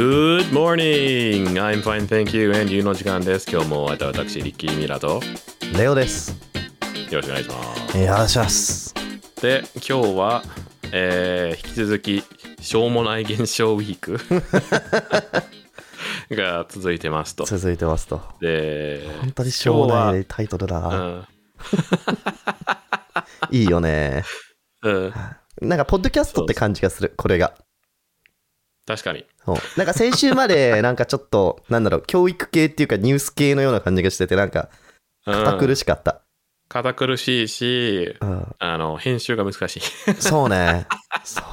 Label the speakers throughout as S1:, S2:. S1: Good morning! I'm fine, thank you, and you の時間です。今日もまた私、リッキー・ミラーとよ
S2: レオです。
S1: ろしくお願いします。
S2: えー、あしゃっす。
S1: で、今日は、えー引き続き、しょうもない現象ウィーク が続いてますと。
S2: 続いてますと。
S1: で、
S2: 本当にしょうもないタイトル
S1: 今日
S2: だ。
S1: は、
S2: いいよね。
S1: うん、うん、
S2: なんか、ポッドキャストって感じがする、これが。
S1: 確かに。
S2: そうなんか、先週ま で、なんかちょっと、なんだろう、教育系っていうか、ニュース系のような感じがしてて、なんか、
S1: うん
S2: 堅苦しかった。
S1: 堅苦しいし、
S2: うん。
S1: あの、編集が難しい。
S2: そうね。そう。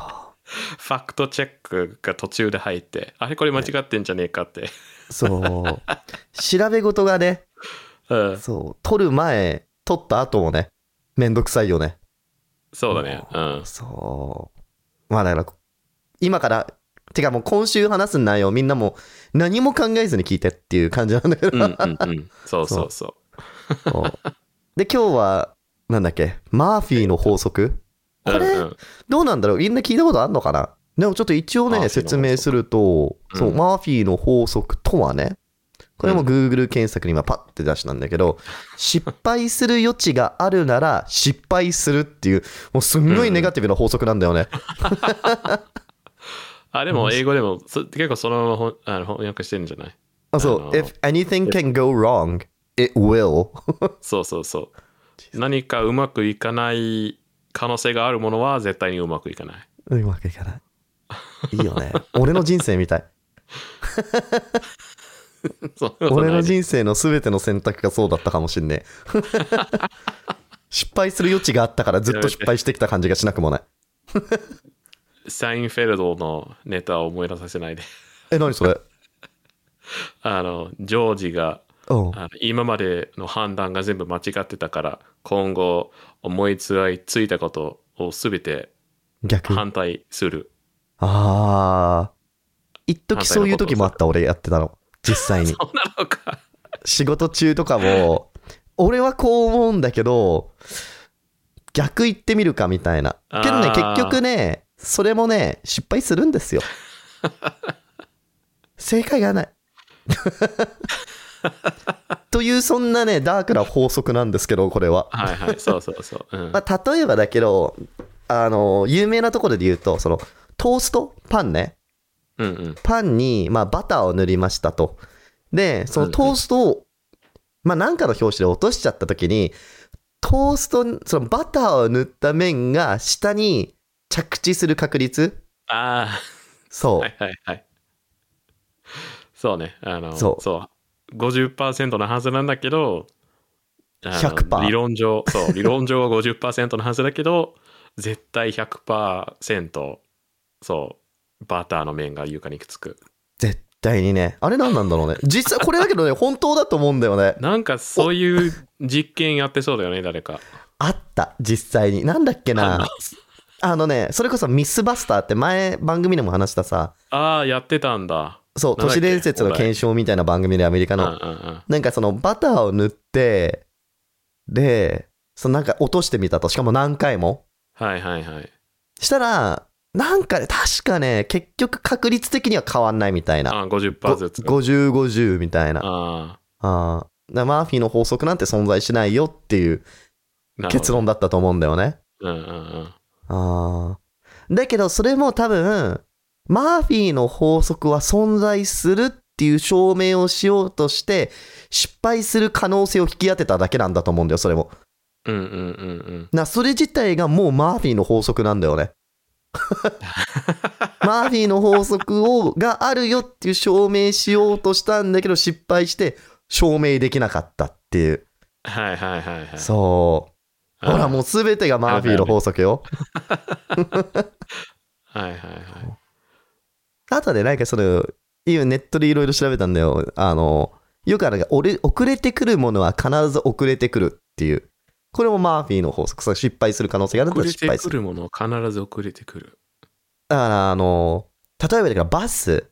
S1: ファクトチェックが途中で入って、あれこれ間違ってんじゃねえかって。
S2: そう。調べ事がね、
S1: うん、
S2: そう、取る前、取った後もね、めんどくさいよね。
S1: そうだね。うん。
S2: そう。まあだから、今から、てかもう今週話す内容みんなもう何も考えずに聞いてっていう感じなんだけ
S1: う
S2: ど。
S1: んうんうん。そうそうそう。
S2: そうで、今日は、なんだっけ、マーフィーの法則これ、
S1: うんうん
S2: どうなんだろうみんな聞いたことあんのかなでもちょっと一応
S1: マーフィーの法
S2: ね、
S1: 則
S2: 説明すると、
S1: うん
S2: そう、マーフィーの法則とはね、これも
S1: うん
S2: Google 検索に今パッて出しなんだけど、失敗する余地があるなら失敗するっていう、もうすんごいネガティブな法則なんだよね。
S1: あ、でも英語でもそ結構そのままほんあの翻訳してるんじゃない
S2: あそ
S1: あの
S2: う、if anything can go wrong, it will.
S1: そうそうそう。何かうまくいかない可能性があるものは絶対にうまくいかない。
S2: うまくいかない。いいよね。俺の人生みたい。
S1: そんな こと
S2: 俺
S1: な
S2: の
S1: い
S2: 人生の全ての選択がそうだったかもし んねえ。失敗する余地があったからずっと失敗してきた感じがしなく もない。
S1: サインフェルドのネタを思い出させないで。
S2: え、何それ
S1: あの、ジョージが
S2: うん。
S1: あの今までの判断が全部間違ってたから、今後思いついついたことを全て
S2: 逆。あ
S1: 反対する。
S2: あー。一時そういう時もあった俺やってたの。実際に。
S1: そうなのか。
S2: 仕事中とかも、俺はこう思うんだけど、逆行ってみるかみたいな。けどね、
S1: あー
S2: 結局ね、それもね、失敗するんですよ。 正解がない。 という、そんなね、ダークな法則なんですけど、これは。
S1: はいはい、そうそうそう。うん
S2: まあ、例えばだけど、あの、有名なところで言うと、その、トーストパンね。
S1: うんうん
S2: パンに、まあ、バターを塗りましたと。で、そのトーストを、まあ、なんかの表紙で落としちゃった時に、トーストに、そのバターを塗った面が下に着地する確率
S1: ああ、
S2: そう。
S1: はいはいはい。そうね、あの、そ。
S2: そうう
S1: 50%のはずなんだけど、あの
S2: 100%
S1: 理論上、そう、理論上は50%のはずだけど、絶対100%、そう、バターの面が床にくっつく。
S2: 絶対にね。あれ何なんだろうね。実際、これだけどね、 本当だと思うんだよね。
S1: なんかそういう実験やってそうだよね、誰か。
S2: あった、実際に。なんだっけ
S1: あんの
S2: な。あのね、それこそミスバスターって前番組でも話したさ、
S1: ああ、やってたんだ。
S2: そう、
S1: なんだっけ
S2: 都市伝説の検証みたいな番組でアメリカ
S1: うんう
S2: の
S1: んうん。
S2: なんかそのバターを塗って、で、そのなんか落としてみたと。しかも何回も。
S1: はいはいはい。
S2: したら、なんかね、確かね、結局確率的には変わんないみたいな。
S1: ああ、50%ずつ。
S2: 50、50みたいな。
S1: あ
S2: あーだからマーフィーの法則なんて存在しないよってい
S1: あ、な
S2: う
S1: るほど
S2: 結。論だったと思うんだよね。
S1: うんうんうん。
S2: あーだけど、それも多分、マーフィーの法則は存在するっていう証明をしようとして、失敗する可能性を引き当てただけなんだと思うんだよ、それも。
S1: うんうんうんうん。
S2: な、それ自体がもうマーフィーの法則なんだ よね。マーフィーの法則を、があるよっていう証明しようとしたんだけど、失敗して証明できなかったっていう。
S1: はいはいはいはい。
S2: そう。ほら、もうすべてがマーフィーの法則よ。
S1: はいはいはい。
S2: あとで、なんかその、今ネットでいろいろ調べたんだよ。あの、よくあるのが、俺、遅れてくるものは必ず遅れてくるっていう。これもマーフィーの法則。その失敗する可能性があるん
S1: 遅
S2: だ
S1: れ
S2: 失敗
S1: て
S2: す
S1: く
S2: る。
S1: るものは必ず遅れてくる。
S2: だから、あの、例えばだからバス。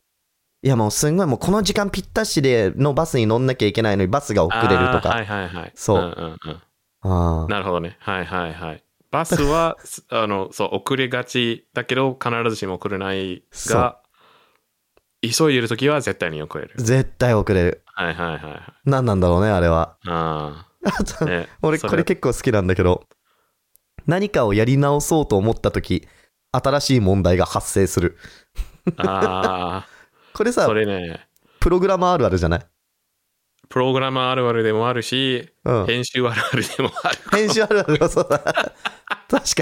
S2: いや、もうすんごい、もうこの時間ぴったしでのバスに乗んなきゃいけないのに、バスが遅れると
S1: あーは
S2: か。
S1: いはいはい。
S2: そうん
S1: んうん
S2: あー
S1: なるほどね。はいはいはい。バスは、す あの、そう、遅れがちだけど、必ずしも遅れない
S2: そ
S1: が
S2: う、
S1: 急いでる時は絶対に遅れる。
S2: 絶対遅れる。
S1: はいはいはいはい。
S2: 何なんだろうね、あれは。
S1: あ
S2: あと
S1: あ。ね
S2: 俺、
S1: そ
S2: これ結構好きなんだけど、何かをやり直そうと思った時新しい問題が発生する。
S1: あ
S2: これ
S1: あ。
S2: さ
S1: そ、れね、
S2: プログラマーあるあるじゃない
S1: プログラマーあるあるでもあるし、
S2: うん。
S1: 編集あるあるでもある。
S2: 編集あるあるよ、そうだ。確か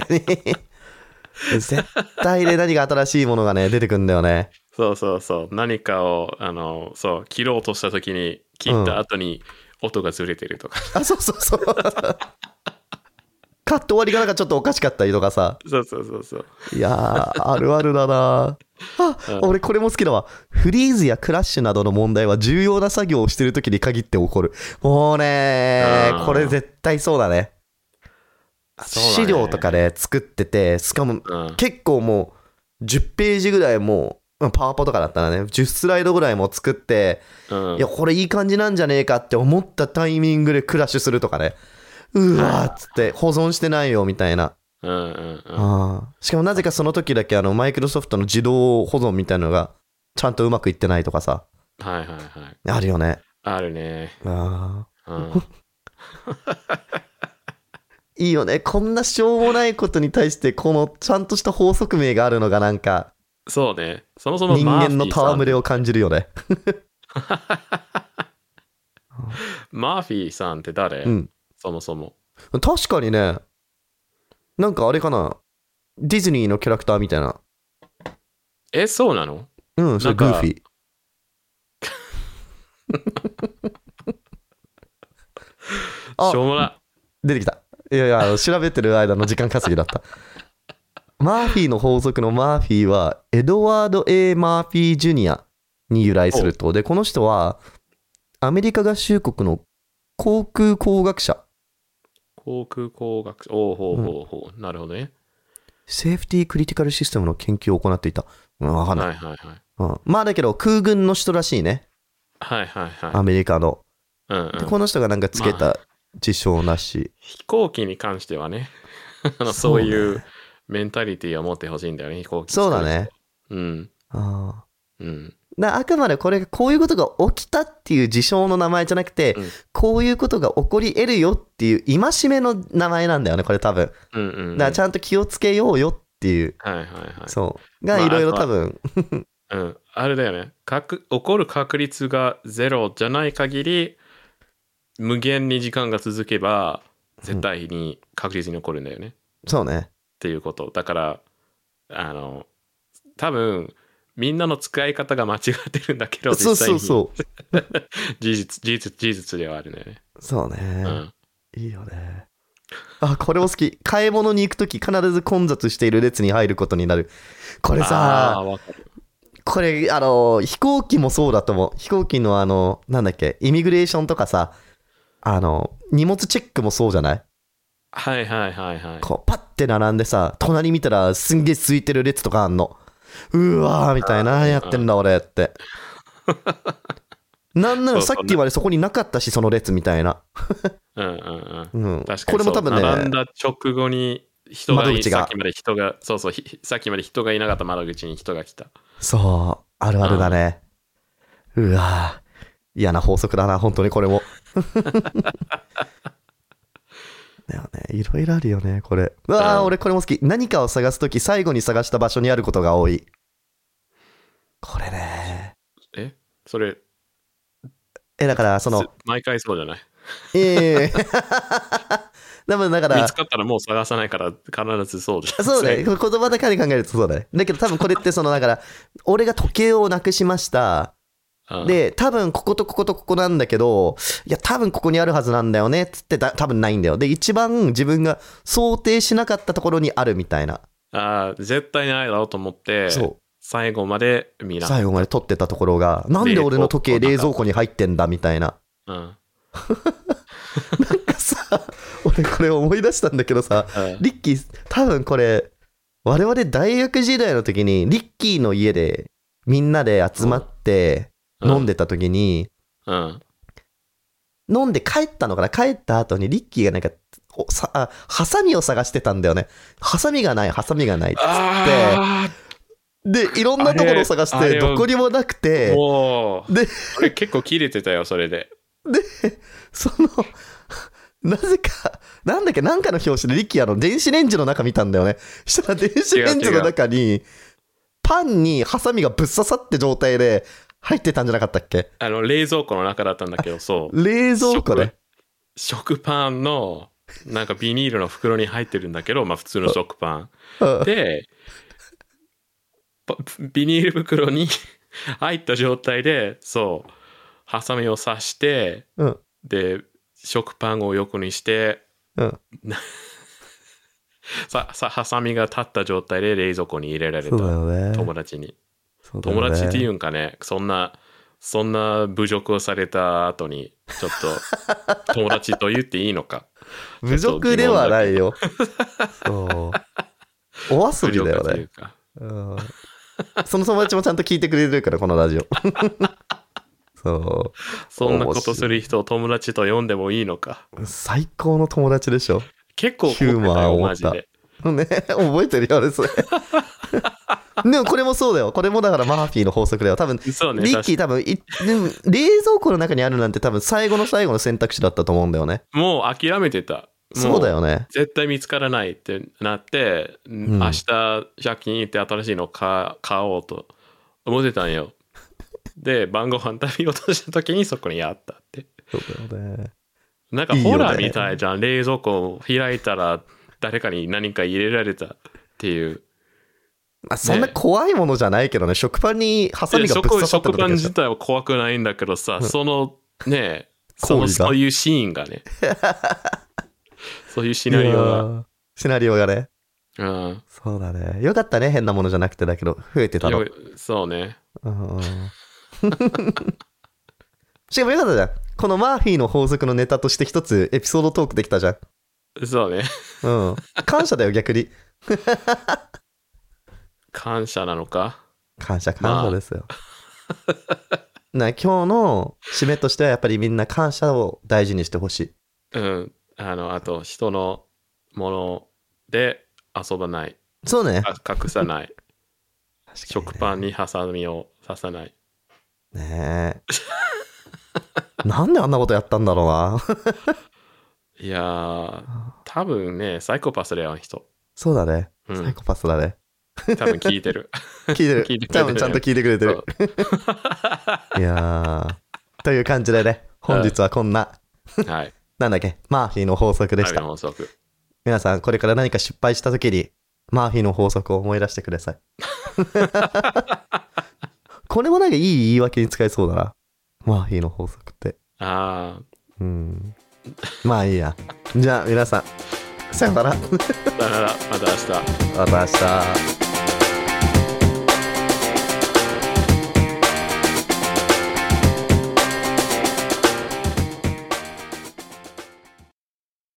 S2: に。絶対で何か新しいものがね、出てくんだよね。
S1: そうそうそう。何かを、あの、そう、切ろうとした時に、切った後に音がずれてるとか。
S2: あ、そうそうそう。カット終わりがなんかちょっとおかしかったりとかさ。
S1: そうそうそうそう。
S2: いやー、あるあるだなあ、
S1: うん
S2: 俺これも好きだわ。フリーズやクラッシュなどの問題は重要な作業をしてる時に限って起こる。もうね
S1: あー
S2: これ絶対そうだね。
S1: そうだね
S2: 資料とかね、作ってて、しかも
S1: うん。
S2: 結構もう10ページぐらいもううんパワポとかだったらね10スライドぐらいも作って、
S1: うん
S2: いやこれいい感じなんじゃねえかって思ったタイミングでクラッシュするとかねうわーっつって保存してないよみたいな、
S1: うんうんうん。
S2: あーしかもなぜかその時だけあのマイクロソフトの自動保存みたいなのがちゃんとうまくいってないとかさ
S1: はいはいはい。
S2: あるよね
S1: あるね。
S2: あ
S1: うん。
S2: ーいいよねこんなしょうもないことに対してこのちゃんとした法則名があるのがなんか
S1: そうね。そもそも
S2: 人
S1: マー
S2: 間
S1: フィ
S2: の
S1: ーさん
S2: 戯れを感じるよね
S1: マーフィーさんって誰、
S2: うん
S1: そもそも。
S2: 確かにね、なんかあれかな、ディズニーのキャラクターみたいな。
S1: え、そうなの
S2: うん、
S1: な
S2: それ
S1: ん
S2: グ
S1: か
S2: ーフィー。あ
S1: しょうもな。
S2: 出てきた。いやいや、あの調べてる間の時間稼ぎだった。マーフィーの法則のマーフィーは、エドワード・ A ・マーフィー・ジュニアに由来すると。で、この人は、アメリカ合衆国の航空工学者、
S1: 航空工学。おうほうほうほう。なるほどね。
S2: セーフティー・クリティカル・システムの研究を行っていた。うん、わかんない。
S1: はいはいはい。
S2: うん、まあだけど、空軍の人らしいね。
S1: はいはいは
S2: アメリカの。
S1: い。うん
S2: で
S1: うん、
S2: この人がなんかつけた自称なし、
S1: 飛行機に関してはね あの
S2: そ
S1: そうう
S2: ね
S1: いうメンタリティーを持ってほしいんだよね、飛行機。
S2: そうだ。ね
S1: うん。
S2: あ
S1: うん。
S2: あだあくまでこれがこういうことが起きたっていう事象の名前じゃなくて、
S1: うん
S2: こういうことが起こり得るよっていう戒めの名前なんだよねこれ多分
S1: うんうん、うん。
S2: だからちゃんと気をつけようよっていう、
S1: はいはいはい。
S2: そう
S1: ま
S2: が
S1: あ
S2: いろいろ多分、
S1: うん、あれだよねかく起こる確率がゼロじゃない限り無限に時間が続けば絶対に確実に起こるんだよね、っ
S2: そうね
S1: ていうことだからあの多分みんなの使い方が間違ってるんだけど
S2: そう
S1: 実際
S2: そう
S1: に
S2: そう
S1: 事実事実事実ではあるんだよね、
S2: そうね
S1: う、ん、
S2: いいよねあこれも好き買い物に行く時必ず混雑している列に入ることになるこれさ
S1: あーわかる
S2: これ、あの、飛行機もそうだと思う。飛行機のあの、なんだっけ、イミグレーションとかさ、あの、荷物チェックもそうじゃない
S1: はいはいはいはい
S2: こう、パッて並んでさ、隣見たらすんげえ空いてる列とかあんの。うわーみたいな、何やってんだ 俺って。なんならさっきまでそこになかったし、その列みたいな。
S1: うんうんうん
S2: うん。
S1: 確か
S2: こ
S1: に
S2: れも多分
S1: そう並ん
S2: ね、
S1: だ直後に人が
S2: 窓口が
S1: さっきまで人がそうそうひさっきまで人がいなかった窓口に人が来た
S2: そう、あるあるだね。うわー嫌な法則だな、本当にこれも。だよね。いろいろあるよね、これ。うわあ、
S1: うん
S2: 俺これも好き。何かを探すとき、最後に探した場所にあることが多い。これね。
S1: えそれ
S2: え、だから、その
S1: す、毎回そうじゃない
S2: ええ多分だか
S1: 見
S2: ら
S1: つ、かったらもう探さないから必ずそうじゃん
S2: そ うね。言葉だけで考えるとそうだね。だけど多分これって、その、だから、俺が時計をなくしました。
S1: うん
S2: で、多分こことこことここなんだけど、いや、多分ここにあるはずなんだよね、つってだ、多分ないんだよ。で、一番自分が想定しなかったところにあるみたいな。
S1: あー絶対ないだろうと思って
S2: そ
S1: 最後まで見
S2: う。
S1: な
S2: 最後まで撮ってたところが、なんで俺の時計冷蔵庫に入ってんだみたいな。
S1: うんうん
S2: さ、俺これ思い出したんだけどさ、リッキー、多分これ、我々大学時代の時に、リッキーの家で、みんなで集まって、
S1: うん
S2: 飲んでた時に、
S1: うん
S2: 飲んで帰ったのかな帰った後にリッキーがなんか、おさあハサミを探してたんだよね。ハサミがない、ハサミがない。
S1: あー
S2: で、いろんなところを探し
S1: あれあ
S2: て、
S1: れを
S2: どこにもなくて、
S1: おー
S2: で、
S1: あれ結構切れてたよ、それで。
S2: その、なぜか、なんだっけ、なんかの表紙でリキ、あの、電子レンジの中見たんだよね。そしたら電子レンジの中に、パンにハサミがぶっ刺さって状態で入ってたんじゃなかったっけ
S1: あの、冷蔵庫の中だったんだけど、そう。
S2: 冷蔵庫で。
S1: 食パンのなんかビニールの袋に入ってるんだけど、まあ、普通の食パ
S2: うん
S1: ンで パビニール袋に 入った状態でそうハサミを刺して
S2: うん。
S1: で食パンを横にして
S2: うん。
S1: ささハサミが立った状態で冷蔵庫に入れられ
S2: そ
S1: た
S2: うだよね。
S1: 友達に
S2: そうだよ
S1: 友
S2: ね
S1: 達っていうんかねそんなそんな侮辱をされた後にちょっ と友達と言っていいのか
S2: 侮辱ではないよ。そう。お遊
S1: 侮辱
S2: びだよ
S1: とい
S2: ね
S1: う。か
S2: うんその友達もちゃんと聞いてくれてるから、このラジオ。そ
S1: そんなことする人を友達と呼んでもいいのか。
S2: う。最高の友達でしょ。
S1: 結構
S2: ヒューマンを持
S1: マ
S2: っ
S1: ジ
S2: た
S1: で。
S2: ね、覚えてるよね、それ。でもこれもそうだよ。これもだからマーフィーの法則だよ。多分、
S1: そうね。
S2: リッ
S1: 確か
S2: キー多分い、でも冷蔵庫の中にあるなんて多分最後の最後の選択肢だったと思うんだよね。
S1: もう諦めてた。も
S2: そうだ。よね。
S1: 絶対見つからないってなって、
S2: ん
S1: 明日借金行って新しいの買買おうと思ってたん よ。で、晩ご飯食べようとした時にそこにあったって。
S2: そうだよね。
S1: なんか
S2: いいよね
S1: ホラーみたいじゃん。冷蔵庫を開いたら誰かに何か入れられたっていう。
S2: まあ、そんな怖いものじゃないけどね、食パンにハサミ
S1: で
S2: がぶ
S1: そ
S2: っ刺
S1: こ
S2: さっ
S1: 食
S2: たとか
S1: パン
S2: でし
S1: 自
S2: ょ。
S1: 体は怖くないんだけどさ、そのねそ
S2: 行
S1: の
S2: 為が
S1: そういうシーンが ねそういうシナリオが、
S2: が。シナリオがね。
S1: うん、
S2: そうだね。よかったね、変なものじゃなくてだけど、増えてたの。
S1: よそうね
S2: うん うんしかもよかったじゃん。このマーフィーの法則のネタとして一つエピソードトークできたじゃん。
S1: そうね
S2: うん。感謝だよ、逆に。
S1: 感謝なのか
S2: 感謝、
S1: まあ
S2: 感謝ですよ。な今日の締めとしてはやっぱりみんな感謝を大事にしてほしい。
S1: うんあのあと人のもので遊ばない
S2: そうね。
S1: あ隠さ ない食パ
S2: ン。
S1: ンにハサミを刺さない
S2: ねえ。なんであんなことやったんだろうな。
S1: いやー多分ねサイコパスだよあの人、
S2: そうだね。
S1: う
S2: サイ
S1: ん、
S2: コパスだね。
S1: 多分聞いてる
S2: 聞いてる。
S1: 聞いてくれてる
S2: 多分ちゃんと聞いてくれて
S1: そ
S2: る
S1: う。
S2: いやーという感じでね、本日はこんな、
S1: はい
S2: なんだっけ、マーフィーの法則でし
S1: 愛の
S2: た。
S1: 法則
S2: 皆さん、これから何か失敗した時に、マーフィーの法則を思い出してく ださい。これもなんかいい言い訳に使えそうだな。マーフィーの法則って。
S1: あ
S2: うん。まあいいや。じゃあ皆さん、さよなら。
S1: あだからまた明日
S2: また明日。